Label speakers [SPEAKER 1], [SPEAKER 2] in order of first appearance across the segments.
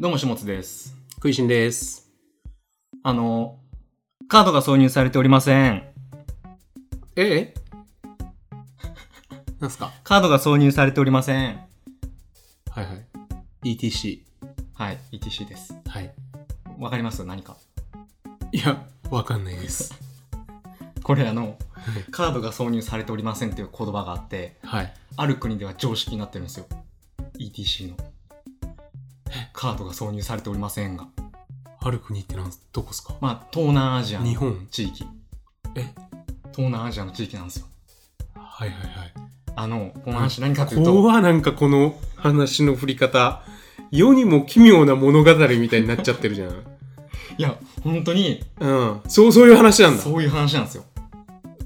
[SPEAKER 1] どうも、しもつです。
[SPEAKER 2] 食いしんです。
[SPEAKER 1] あの、カードが挿入されておりません。
[SPEAKER 2] ええ なんすか
[SPEAKER 1] カードが挿入されておりません。
[SPEAKER 2] はいはい。ETC。
[SPEAKER 1] はい、ETC です。
[SPEAKER 2] はい。
[SPEAKER 1] わかります何か。
[SPEAKER 2] いや、わかんないです。
[SPEAKER 1] これあの、カードが挿入されておりませんっていう言葉があって、
[SPEAKER 2] はい。
[SPEAKER 1] ある国では常識になってるんですよ。ETC の。カードが挿入されておりませんが。
[SPEAKER 2] ある国ってなんすどこっすか
[SPEAKER 1] まあ、東南アジア
[SPEAKER 2] 日
[SPEAKER 1] の
[SPEAKER 2] 本。
[SPEAKER 1] 地域。
[SPEAKER 2] え
[SPEAKER 1] 東南アジアの地域なんですよ。
[SPEAKER 2] はいはいはい。
[SPEAKER 1] あの、この話何かというと、
[SPEAKER 2] 怖なんかこの話の振り方。世にも奇妙な物語みたいになっちゃってるじゃん。
[SPEAKER 1] いや、本当に、
[SPEAKER 2] うん。そう、そういう話なんだ。
[SPEAKER 1] そういう話なんですよ。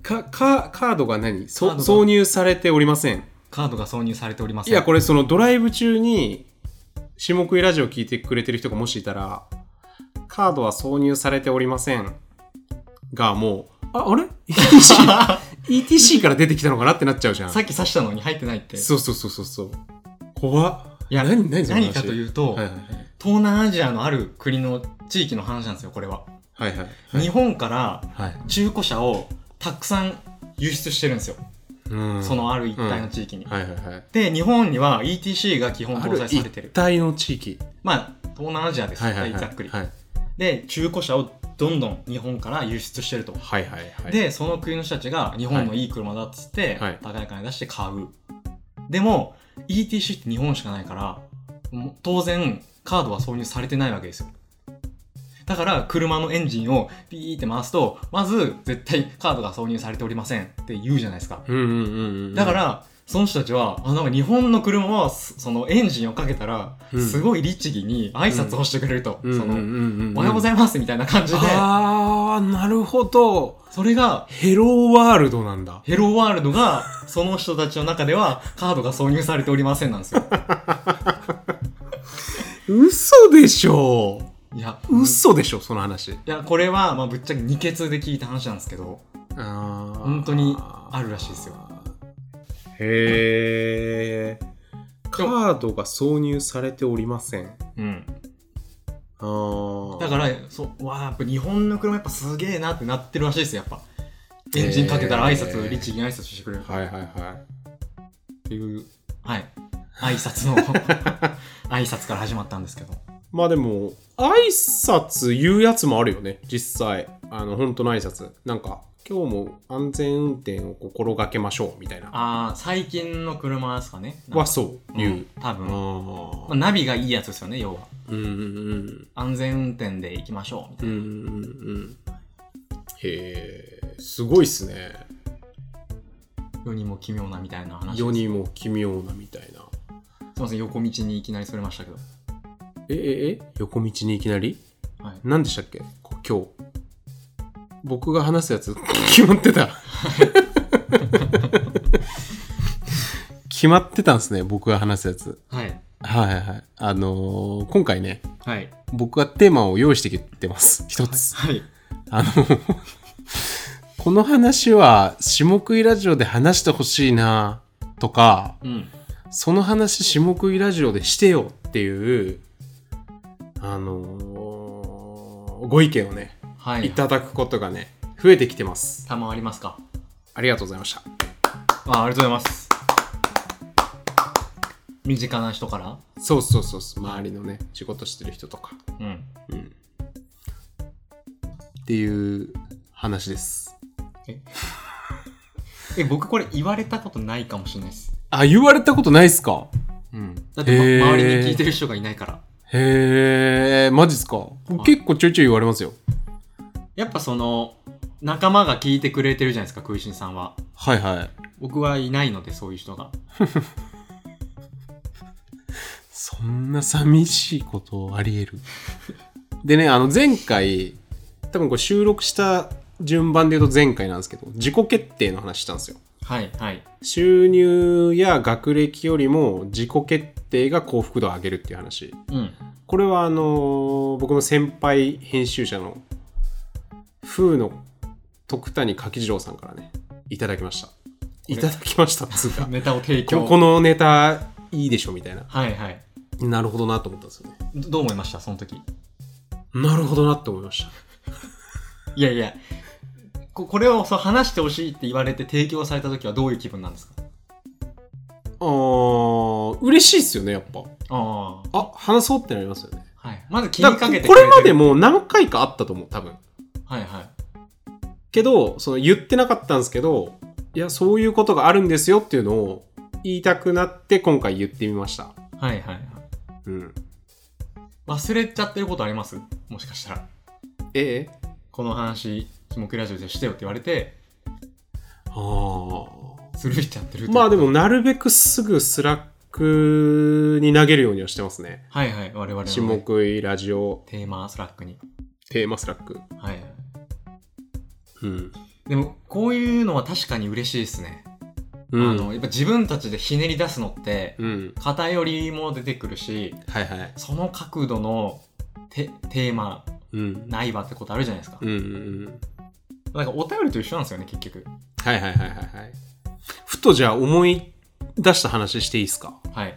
[SPEAKER 2] か、か、カードが何そ
[SPEAKER 1] カードが
[SPEAKER 2] 挿入されておりません。
[SPEAKER 1] カードが挿入されておりませ
[SPEAKER 2] い
[SPEAKER 1] ん。
[SPEAKER 2] や、これそのドライブ中に、下食いラジオ聞いてくれてる人がもしいたら、カードは挿入されておりませんが、もう、あ、あれ ?ETC、ETC から出てきたのかなってなっちゃうじゃん。
[SPEAKER 1] さっき刺したのに入ってないって。
[SPEAKER 2] そうそうそうそうそう。怖っ。
[SPEAKER 1] いや
[SPEAKER 2] 何、何その話
[SPEAKER 1] 何かというと、
[SPEAKER 2] はいはいはい
[SPEAKER 1] 東南アジアのある国の地域の話なんですよ、これは。
[SPEAKER 2] はいはい。
[SPEAKER 1] 日本から
[SPEAKER 2] はい。
[SPEAKER 1] 中古車をたくさん輸出してるんですよ。
[SPEAKER 2] うん。
[SPEAKER 1] そ、のある一帯の地域に。
[SPEAKER 2] はいはいはい。
[SPEAKER 1] で、日本には ETC が基本
[SPEAKER 2] あ
[SPEAKER 1] 搭
[SPEAKER 2] る
[SPEAKER 1] 載されてる。
[SPEAKER 2] 一帯の地域。
[SPEAKER 1] まあ、東南アジアです、
[SPEAKER 2] はいはいはい。
[SPEAKER 1] ざっくり。
[SPEAKER 2] はい
[SPEAKER 1] で、中古車をどんどん日本から輸出してると。
[SPEAKER 2] はいはいはい。、
[SPEAKER 1] で、その国の人たちが日本のいい車だっつって、
[SPEAKER 2] はい
[SPEAKER 1] 高い金出して買う。でも、ETC って日本しかないから、もう当然、カードは挿入されてないわけですよ。だから、車のエンジンをピーって回すと、まず、絶対カードが挿入されておりませんって言うじゃないですか。
[SPEAKER 2] うんうんうんうん。
[SPEAKER 1] だか、ら、その人たちは、あ、なんか日本の車は、そそのエンジンをかけたら、
[SPEAKER 2] うん
[SPEAKER 1] すごい律儀に挨拶をしてくれると。
[SPEAKER 2] うんう
[SPEAKER 1] そ
[SPEAKER 2] んうん
[SPEAKER 1] の、
[SPEAKER 2] うん。
[SPEAKER 1] おはようござ
[SPEAKER 2] い
[SPEAKER 1] いますみたいな感じで、
[SPEAKER 2] あー、なるほど。
[SPEAKER 1] それが、
[SPEAKER 2] ヘローワールドなんだ。
[SPEAKER 1] ヘローワールドが、その人たちの中では、カードが挿入されておりませんなんですよ。
[SPEAKER 2] 嘘でしょ
[SPEAKER 1] いや、い
[SPEAKER 2] 嘘でしょその話。
[SPEAKER 1] や、これは、まあ、ぶっちゃけ二欠で聞いた話なんですけど、
[SPEAKER 2] あー
[SPEAKER 1] 本当にあるらしいですよ。
[SPEAKER 2] へー。カードが挿入されておりません。
[SPEAKER 1] うん。
[SPEAKER 2] あー
[SPEAKER 1] だから、そう、わあやっぱ日本の車やっぱすげえなってなってるらしいですよ、やっぱ。エンジンかけたら挨拶、
[SPEAKER 2] へー
[SPEAKER 1] 律儀に挨拶してくれる
[SPEAKER 2] はいはいは
[SPEAKER 1] っていう、はい。挨拶 の、挨拶から始まったんですけど。
[SPEAKER 2] い。まあでも、挨拶言うやつもあるよね、実際。あの、本当の挨拶。なんか、今日も安全運転を心がけましょう、みたいな。
[SPEAKER 1] ああ最近の車ですかね。なんか
[SPEAKER 2] はそう、言う。
[SPEAKER 1] 多分。ま
[SPEAKER 2] あ
[SPEAKER 1] あ、
[SPEAKER 2] ー
[SPEAKER 1] ナビがいいやつですよね、要は。
[SPEAKER 2] うんうんうん。
[SPEAKER 1] 安全運転で行きましょう、みた
[SPEAKER 2] う
[SPEAKER 1] い
[SPEAKER 2] んう
[SPEAKER 1] な。
[SPEAKER 2] んうんへえすごいっすね
[SPEAKER 1] 世にも奇妙なみたいな話
[SPEAKER 2] 世にも奇妙なみたいな
[SPEAKER 1] すいません横道にいきなりそれましたけど
[SPEAKER 2] えええ横道にいきなり
[SPEAKER 1] はい
[SPEAKER 2] 何でしたっけこ今日僕が話すや つ決まってた決まってたんですね僕が話すやつ
[SPEAKER 1] はい
[SPEAKER 2] はいはいはいあのー今回ね
[SPEAKER 1] はい
[SPEAKER 2] 僕がテーマを用意してきてます一つ
[SPEAKER 1] はい
[SPEAKER 2] あの この話は下食いラジオで話してほしいなとか
[SPEAKER 1] うん
[SPEAKER 2] その話下食いラジオでしてよっていうあのーご意見をね
[SPEAKER 1] はい
[SPEAKER 2] いただくことがね増えてきてます
[SPEAKER 1] たまありますか
[SPEAKER 2] ありがとうございました
[SPEAKER 1] あありがとうございます身近な人から
[SPEAKER 2] そうそうそうそう周りのね仕事してる人とか
[SPEAKER 1] うん
[SPEAKER 2] うんっていう話です
[SPEAKER 1] え僕これ言われたことないかもしれないです
[SPEAKER 2] あ言われたことないっすか
[SPEAKER 1] うんだって、ま
[SPEAKER 2] へー
[SPEAKER 1] 周りに聞いてる人がいないから
[SPEAKER 2] へえマジっすか僕結構ちょいちょい言われますよ
[SPEAKER 1] やっぱその仲間が聞いてくれてるじゃないですか空心さんは
[SPEAKER 2] はいはい
[SPEAKER 1] 僕はいないのでそういう人が
[SPEAKER 2] そんな寂しいことあり得る。 でね、あの前回、多分これ収録した順番で言うと前回なんですけど、自己決定の話したんですよ。
[SPEAKER 1] はいはい
[SPEAKER 2] 収入や学歴よりも自己決定が幸福度を上げるっていう話。
[SPEAKER 1] うん
[SPEAKER 2] これはあのー僕の先輩編集者の風の徳谷柿次郎さんからね、いただきました。いただきましたっつうか
[SPEAKER 1] 、ネタを提
[SPEAKER 2] こ
[SPEAKER 1] 供
[SPEAKER 2] このネタいいでしょみたいな。
[SPEAKER 1] はいはい
[SPEAKER 2] なるほどなと思ったんですよね。
[SPEAKER 1] どどう思いましたその時。
[SPEAKER 2] なるほどなって思いました。
[SPEAKER 1] いやいや、ここれをそう話してほしいって言われて提供された時はどういう気分なんですか
[SPEAKER 2] あー、嬉しいですよね、やっぱ。
[SPEAKER 1] あ
[SPEAKER 2] あ、話そうってなりますよね。
[SPEAKER 1] あ。はい。まず気に
[SPEAKER 2] だ
[SPEAKER 1] か
[SPEAKER 2] から
[SPEAKER 1] けて
[SPEAKER 2] ここれま
[SPEAKER 1] て
[SPEAKER 2] で
[SPEAKER 1] る
[SPEAKER 2] も何回かあったと思う、多分。
[SPEAKER 1] はいはい。
[SPEAKER 2] けど、その言ってなかったんですけど、いや、そういうことがあるんですよっていうのを言いたくなって今回言ってみました。
[SPEAKER 1] はいはいはい。
[SPEAKER 2] うん。
[SPEAKER 1] 忘れちゃってることありますもしかしたら。
[SPEAKER 2] ええ
[SPEAKER 1] この話、キモクラジオでしてよって言われて、
[SPEAKER 2] あ
[SPEAKER 1] スルーしちゃってる
[SPEAKER 2] まあで
[SPEAKER 1] も。
[SPEAKER 2] も、なるべくすぐスラックに投げるようにはしてますね。
[SPEAKER 1] はいはい。我々の、
[SPEAKER 2] 下食いラジオ
[SPEAKER 1] テーマスラックに。
[SPEAKER 2] テーマスラック。
[SPEAKER 1] はいはい。
[SPEAKER 2] うん。
[SPEAKER 1] でも、こういうのは確かに嬉しいですね。
[SPEAKER 2] うん。
[SPEAKER 1] あの、やっぱ自分たちでひねり出すのって、
[SPEAKER 2] うん。
[SPEAKER 1] 偏りも出てくるし、
[SPEAKER 2] はいはい。
[SPEAKER 1] その角度のテテーマ
[SPEAKER 2] うん。
[SPEAKER 1] ないわってことあるじゃないですか。
[SPEAKER 2] うんうんうん。
[SPEAKER 1] なんかお便りと一緒なんですよね、結局。
[SPEAKER 2] はいはいはいはいはい。ふとじゃあ思い出した話していいですか
[SPEAKER 1] はい。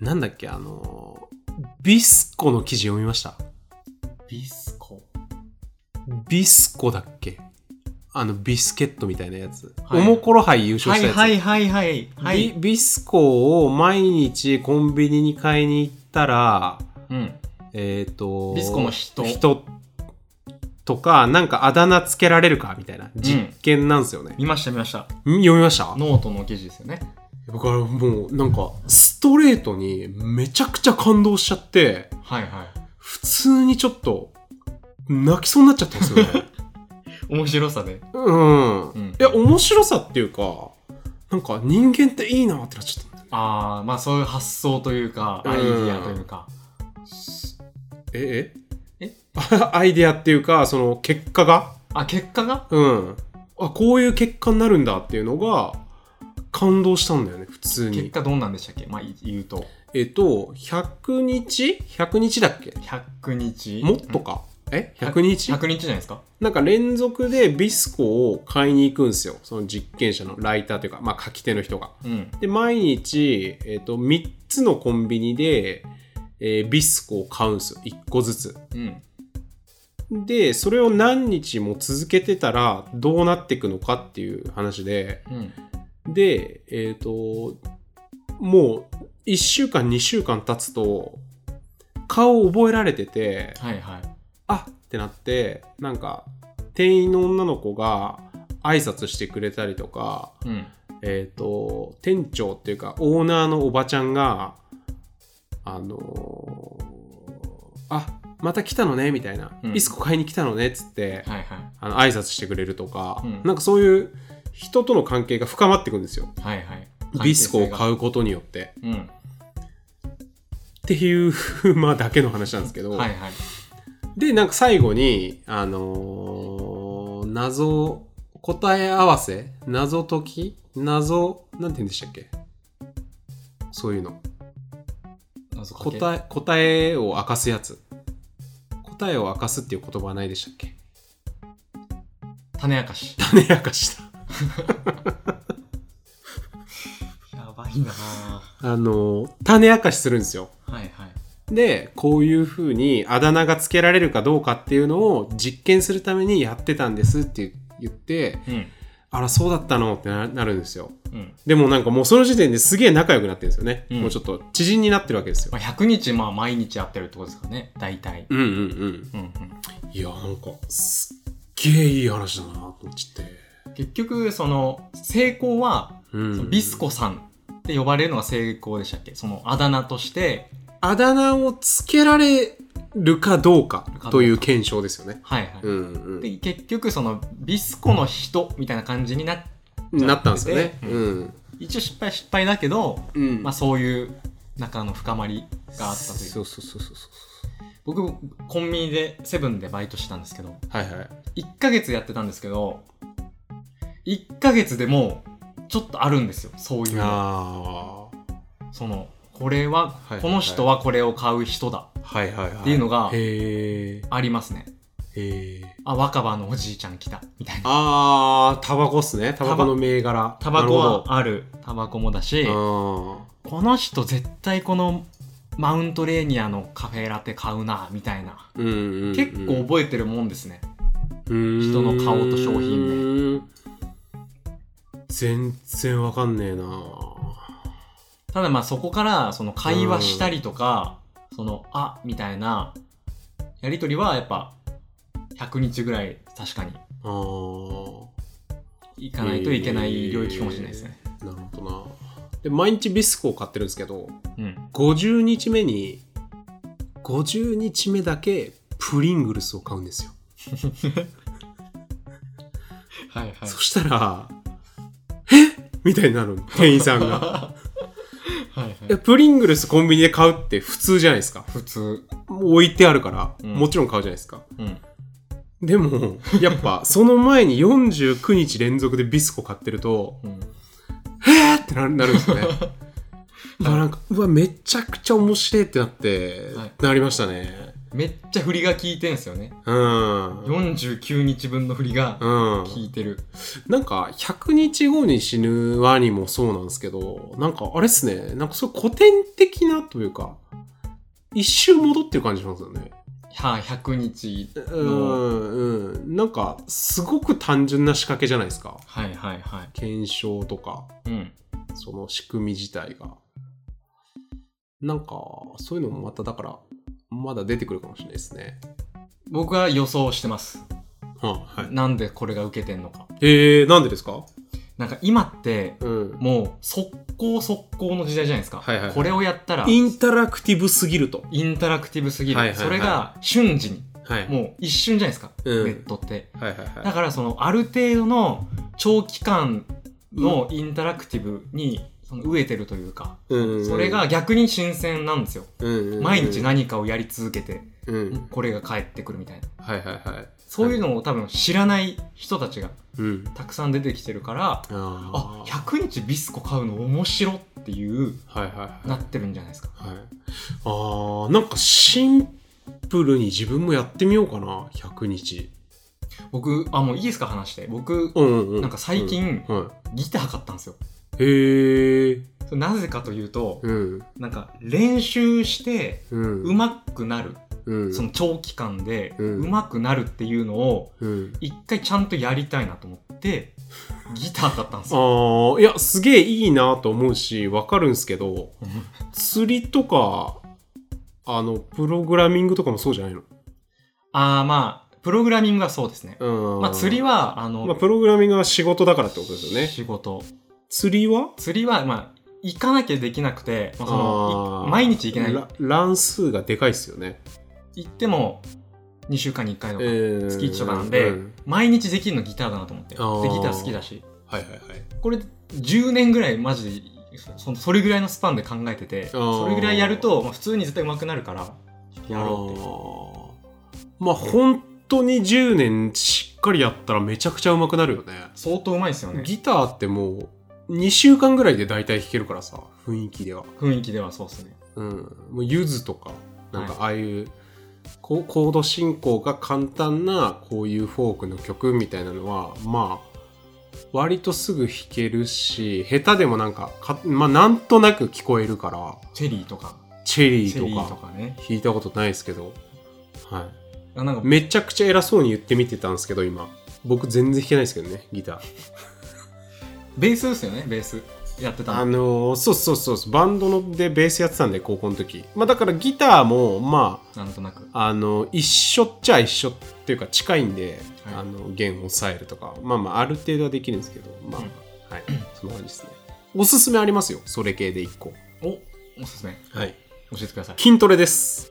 [SPEAKER 2] なんだっけあのービスコの記事読みました
[SPEAKER 1] ビスコ。
[SPEAKER 2] ビスコだっけあのビスケットみたいなやつ、
[SPEAKER 1] はい
[SPEAKER 2] おもころ杯優勝
[SPEAKER 1] は
[SPEAKER 2] した
[SPEAKER 1] い
[SPEAKER 2] やつ、
[SPEAKER 1] はいはいはい。はい。
[SPEAKER 2] ビビスコを毎日コンビニに買いに行ったら
[SPEAKER 1] うん。
[SPEAKER 2] えっ、と
[SPEAKER 1] ビスコの人
[SPEAKER 2] 人とかなんかあだ名つけられるかみたいな実験なんですよね、
[SPEAKER 1] 見ました見ました。
[SPEAKER 2] ん読みました
[SPEAKER 1] ノートの記事ですよね。
[SPEAKER 2] 僕はもうなんかストレートにめちゃくちゃ感動しちゃって
[SPEAKER 1] はいはい。
[SPEAKER 2] 普通にちょっと泣きそうになっちゃったんですよね
[SPEAKER 1] 面白さで。
[SPEAKER 2] う ん、
[SPEAKER 1] うん
[SPEAKER 2] いや面白さっていうかなんか人間っていいなってなっちゃった
[SPEAKER 1] ああ、まあそういう発想というか、
[SPEAKER 2] うん
[SPEAKER 1] アイディアというか。
[SPEAKER 2] ええ
[SPEAKER 1] え
[SPEAKER 2] アイデアっていうかその結果が
[SPEAKER 1] あ、結果が
[SPEAKER 2] うんあこういう結果になるんだっていうのが感動したんだよね普通
[SPEAKER 1] 結
[SPEAKER 2] に
[SPEAKER 1] 果どんなんでしたっけまあい言うと。
[SPEAKER 2] えっと100日100日だっけ
[SPEAKER 1] 100日。
[SPEAKER 2] もっと
[SPEAKER 1] うん
[SPEAKER 2] か、え100日
[SPEAKER 1] ?100 日じゃないですか。
[SPEAKER 2] なんか連続でビスコを買いに行くんですよ。その実験者のライターというか、まあ書き手の人が。
[SPEAKER 1] うん。
[SPEAKER 2] で、毎日、えっ、と、3つのコンビニで、えービスコを買うんですよ。1個ずつ。
[SPEAKER 1] うん。
[SPEAKER 2] で、それを何日も続けてたら、どうなっていくのかっていう話で、
[SPEAKER 1] うん。
[SPEAKER 2] で、えっ、と、もう、1週間、2週間経つと、顔を覚えられてて、
[SPEAKER 1] はいはい。
[SPEAKER 2] あってなってなんか店員の女の子が挨拶してくれたりとか
[SPEAKER 1] うん。
[SPEAKER 2] えっ、と店長っていうかオーナーのおばちゃんがあのーあまた来たのねみたいな、
[SPEAKER 1] うん
[SPEAKER 2] ビスコ買いに来たのねっつって、
[SPEAKER 1] はいは
[SPEAKER 2] あの挨拶してくれるとか、
[SPEAKER 1] うん
[SPEAKER 2] なんかそういう人との関係が深まっていくんですよ
[SPEAKER 1] い。はいはい。
[SPEAKER 2] ビスコを
[SPEAKER 1] う。
[SPEAKER 2] 買うことによって
[SPEAKER 1] うん。
[SPEAKER 2] っていう まあだけの話なんですけど、
[SPEAKER 1] はいはい。
[SPEAKER 2] で、なんか最後に、あのー謎、答え合わせ謎解き謎、なんて言うんでしたっけそういうの。
[SPEAKER 1] 謎かけ
[SPEAKER 2] 答え、答えを明かすやつ。答えを明かすっていう言葉はないでしたっけ
[SPEAKER 1] 種明かし。
[SPEAKER 2] 種明かした。
[SPEAKER 1] やばいんだな
[SPEAKER 2] あのー種明かしするんですよ。
[SPEAKER 1] はいはい。
[SPEAKER 2] で、こういう風にあだ名が付けられるかどうかっていうのを実験するためにやってたんですって言って、
[SPEAKER 1] うん。
[SPEAKER 2] あら、そうだったのってななるんですよ。
[SPEAKER 1] うん。
[SPEAKER 2] でもなんかもうその時点ですげえ仲良くなってるんですよね、
[SPEAKER 1] うん
[SPEAKER 2] もうちょっと知人になってるわけですよ
[SPEAKER 1] まあ、100日、まあ、毎日やってるってことですかね。大体。
[SPEAKER 2] うんうんうん
[SPEAKER 1] うんうん。
[SPEAKER 2] いやなんかすっげえいい話だなと思っちゃって、
[SPEAKER 1] 結局、その、成功は、
[SPEAKER 2] うん
[SPEAKER 1] そのビスコさんって呼ばれるのが成功でしたっけそのあだ名として、
[SPEAKER 2] あだ名をつけられるかどうかという検証ですよね
[SPEAKER 1] はいはい。
[SPEAKER 2] うんうん
[SPEAKER 1] で、結局、その、ビスコの人みたいな感じになっ、
[SPEAKER 2] なったんですよね
[SPEAKER 1] う
[SPEAKER 2] うんん、
[SPEAKER 1] 一応失敗失敗だけど、
[SPEAKER 2] うん
[SPEAKER 1] まあそういう仲の深まりがあったという。
[SPEAKER 2] そうそうそうそうそう
[SPEAKER 1] 僕、コンビニで、セブンでバイトしてたんですけど、
[SPEAKER 2] はいはい
[SPEAKER 1] 1ヶ月やってたんですけど、1ヶ月でもう、ちょっとあるんですよ。そういうの。
[SPEAKER 2] あー
[SPEAKER 1] その、これは、
[SPEAKER 2] いはいはい
[SPEAKER 1] この人はこれを買う人だ。
[SPEAKER 2] はいはいはいって
[SPEAKER 1] いうのが
[SPEAKER 2] へえ
[SPEAKER 1] ありますね。
[SPEAKER 2] へえ
[SPEAKER 1] あ、若葉のおじいちゃん来た。みたいな。
[SPEAKER 2] あータバコっすねタバコの銘柄
[SPEAKER 1] タバコ
[SPEAKER 2] なるほ
[SPEAKER 1] は
[SPEAKER 2] ど
[SPEAKER 1] ある。タバコもだし、
[SPEAKER 2] あー
[SPEAKER 1] この人絶対このマウントレーニアのカフェラテ買うなみたいな
[SPEAKER 2] うんうんうん
[SPEAKER 1] 結構覚えてるもんですね人
[SPEAKER 2] 人
[SPEAKER 1] の顔と商品
[SPEAKER 2] 名全然わかんねえな
[SPEAKER 1] ただまあそこからその会話したりとかその「あ」みたいなやり取りはやっぱ100日ぐらい確かに
[SPEAKER 2] あー
[SPEAKER 1] 行かないといけない領域かもしれないですね、
[SPEAKER 2] なるほどなで毎日ビスコを買ってるんですけど
[SPEAKER 1] うん
[SPEAKER 2] 50日目に50日目だけプリングルスを買うんですよ、
[SPEAKER 1] はいはい
[SPEAKER 2] そしたらえみたいにな るの店員さんが
[SPEAKER 1] はいはい
[SPEAKER 2] いやプリングルスコンビニで買うって普通じゃないですか
[SPEAKER 1] 普通
[SPEAKER 2] もう置いてあるから、
[SPEAKER 1] うん
[SPEAKER 2] もちろん買うじゃないですか
[SPEAKER 1] うん
[SPEAKER 2] でもや っぱその前に49日連続でビスコ買ってると
[SPEAKER 1] うん
[SPEAKER 2] えーってなるなるんですよ ねうわなんかうわめちゃくちゃ面白いってなって、
[SPEAKER 1] はい
[SPEAKER 2] なりましたね
[SPEAKER 1] めっちゃ振りが効いてんすよね
[SPEAKER 2] うん
[SPEAKER 1] 49日分の振りが
[SPEAKER 2] うん、
[SPEAKER 1] 効いてる
[SPEAKER 2] なんか100日後に死ぬワニもそうなんですけどなんかあれっすねなんかそう古典的なというか一周戻ってる感じしますよね
[SPEAKER 1] はい100日
[SPEAKER 2] うんうんなんかすごく単純な仕掛けじゃないですか
[SPEAKER 1] はいはいは
[SPEAKER 2] 検証とか
[SPEAKER 1] いうん
[SPEAKER 2] その仕組み自体がなんかそういうのもまただからまだ出てくるかもしれないですね
[SPEAKER 1] 僕は予想してます
[SPEAKER 2] はあはい
[SPEAKER 1] なんでこれが受けてんのか
[SPEAKER 2] えー、なんでですか
[SPEAKER 1] なんか今って
[SPEAKER 2] うん
[SPEAKER 1] もう速攻速攻の時代じゃないですか、
[SPEAKER 2] はいはいはい
[SPEAKER 1] これをやったら
[SPEAKER 2] インタラクティブすぎると
[SPEAKER 1] インタラクティブすぎる、
[SPEAKER 2] はいはいはい
[SPEAKER 1] それが瞬時に
[SPEAKER 2] はい
[SPEAKER 1] もう一瞬じゃないですか、
[SPEAKER 2] うん
[SPEAKER 1] ネットって
[SPEAKER 2] はいはいはい
[SPEAKER 1] だからそのある程度の長期間のインタラクティブにその飢えてるというか、
[SPEAKER 2] うん
[SPEAKER 1] それが逆に新鮮なんですよ、毎
[SPEAKER 2] 毎
[SPEAKER 1] 日何かをやり続けて、
[SPEAKER 2] うん
[SPEAKER 1] これが返ってくるみたいな
[SPEAKER 2] はいはいはい
[SPEAKER 1] そういう
[SPEAKER 2] の
[SPEAKER 1] のを多分知らない人たちが
[SPEAKER 2] うん
[SPEAKER 1] たくさん出てきてるからあ
[SPEAKER 2] あー
[SPEAKER 1] 100日ビスコ買うの面白っていう
[SPEAKER 2] はいはい
[SPEAKER 1] な
[SPEAKER 2] は
[SPEAKER 1] っ
[SPEAKER 2] い
[SPEAKER 1] てるんじゃないですか
[SPEAKER 2] はいあーなんかシンプルに自分もやってみようかな100日
[SPEAKER 1] 僕あもういいですか話して僕
[SPEAKER 2] うんうんうん
[SPEAKER 1] なんか最近
[SPEAKER 2] うんは
[SPEAKER 1] ギター買ったんですよ
[SPEAKER 2] いへえ
[SPEAKER 1] それなぜかというと
[SPEAKER 2] うん
[SPEAKER 1] なんか練習して
[SPEAKER 2] うん
[SPEAKER 1] 上手くなる
[SPEAKER 2] うん
[SPEAKER 1] その長期間で
[SPEAKER 2] うん
[SPEAKER 1] 上手くなるっていうのを
[SPEAKER 2] うん
[SPEAKER 1] 一回ちゃんとやりたいなと思ってギター買ったんです
[SPEAKER 2] あ
[SPEAKER 1] よ
[SPEAKER 2] ーいやすげえいいなと思うしわかるんですけど釣りとかあのプログラミングとかもそうじゃないの
[SPEAKER 1] ああまあプログラミングはそうですね
[SPEAKER 2] うん
[SPEAKER 1] まあ釣りはあの、
[SPEAKER 2] まあプログラミングは仕事だからってことですよね
[SPEAKER 1] 仕事
[SPEAKER 2] 釣りは
[SPEAKER 1] 釣りはまあ行かなきゃできなくて、まあ、その
[SPEAKER 2] あー
[SPEAKER 1] い毎日行けない
[SPEAKER 2] ら乱数がでかいっすよね。
[SPEAKER 1] 行っても2週間に1回とか、
[SPEAKER 2] 月
[SPEAKER 1] 月1とかなんで、毎日できるのギターだなと思ってで
[SPEAKER 2] あー
[SPEAKER 1] ギター好きだし
[SPEAKER 2] はいはいはい。
[SPEAKER 1] これ10年ぐらいマジでそのそれぐらいのスパンで考えてて
[SPEAKER 2] あー
[SPEAKER 1] それぐらいやると、まあ、普通に絶対上手くなるからやろうって
[SPEAKER 2] あーまあ本当に10年しっかりやったらめちゃくちゃうまくなるよね。
[SPEAKER 1] 相当うまいですよね
[SPEAKER 2] ギターってもう2週間ぐらいで大体弾けるからさ雰囲気では。
[SPEAKER 1] 雰囲気ではそうですね
[SPEAKER 2] うん。もうゆずとかなんかああいう、こうコード進行が簡単なこういうフォークの曲みたいなのはまあ割とすぐ弾けるし下手でもなんかかまあなんとなく聞こえるから。
[SPEAKER 1] チェリーとか
[SPEAKER 2] チェリ
[SPEAKER 1] チェリ
[SPEAKER 2] ーと
[SPEAKER 1] ーと
[SPEAKER 2] か
[SPEAKER 1] かね
[SPEAKER 2] 弾いたことないですけど、は
[SPEAKER 1] あなんか
[SPEAKER 2] い、めちゃくちゃ偉そうに言ってみてたんですけど今僕全然弾けないですけどねギター
[SPEAKER 1] ベースですよねベースやってた
[SPEAKER 2] あ
[SPEAKER 1] の
[SPEAKER 2] のーそうそうそうそうバンドのでベースやってたんで高校の時まあだからギターもま
[SPEAKER 1] なんとなく
[SPEAKER 2] ああの一緒っちゃ一緒っていうか近いんで、
[SPEAKER 1] はい
[SPEAKER 2] あの弦を抑えるとかまあまあある程度はできるんですけどまあ、
[SPEAKER 1] うん
[SPEAKER 2] はいそんな感じですねおすすめありますよそれ系で1個
[SPEAKER 1] おおすすめ
[SPEAKER 2] はい
[SPEAKER 1] 教えてください
[SPEAKER 2] 筋トレです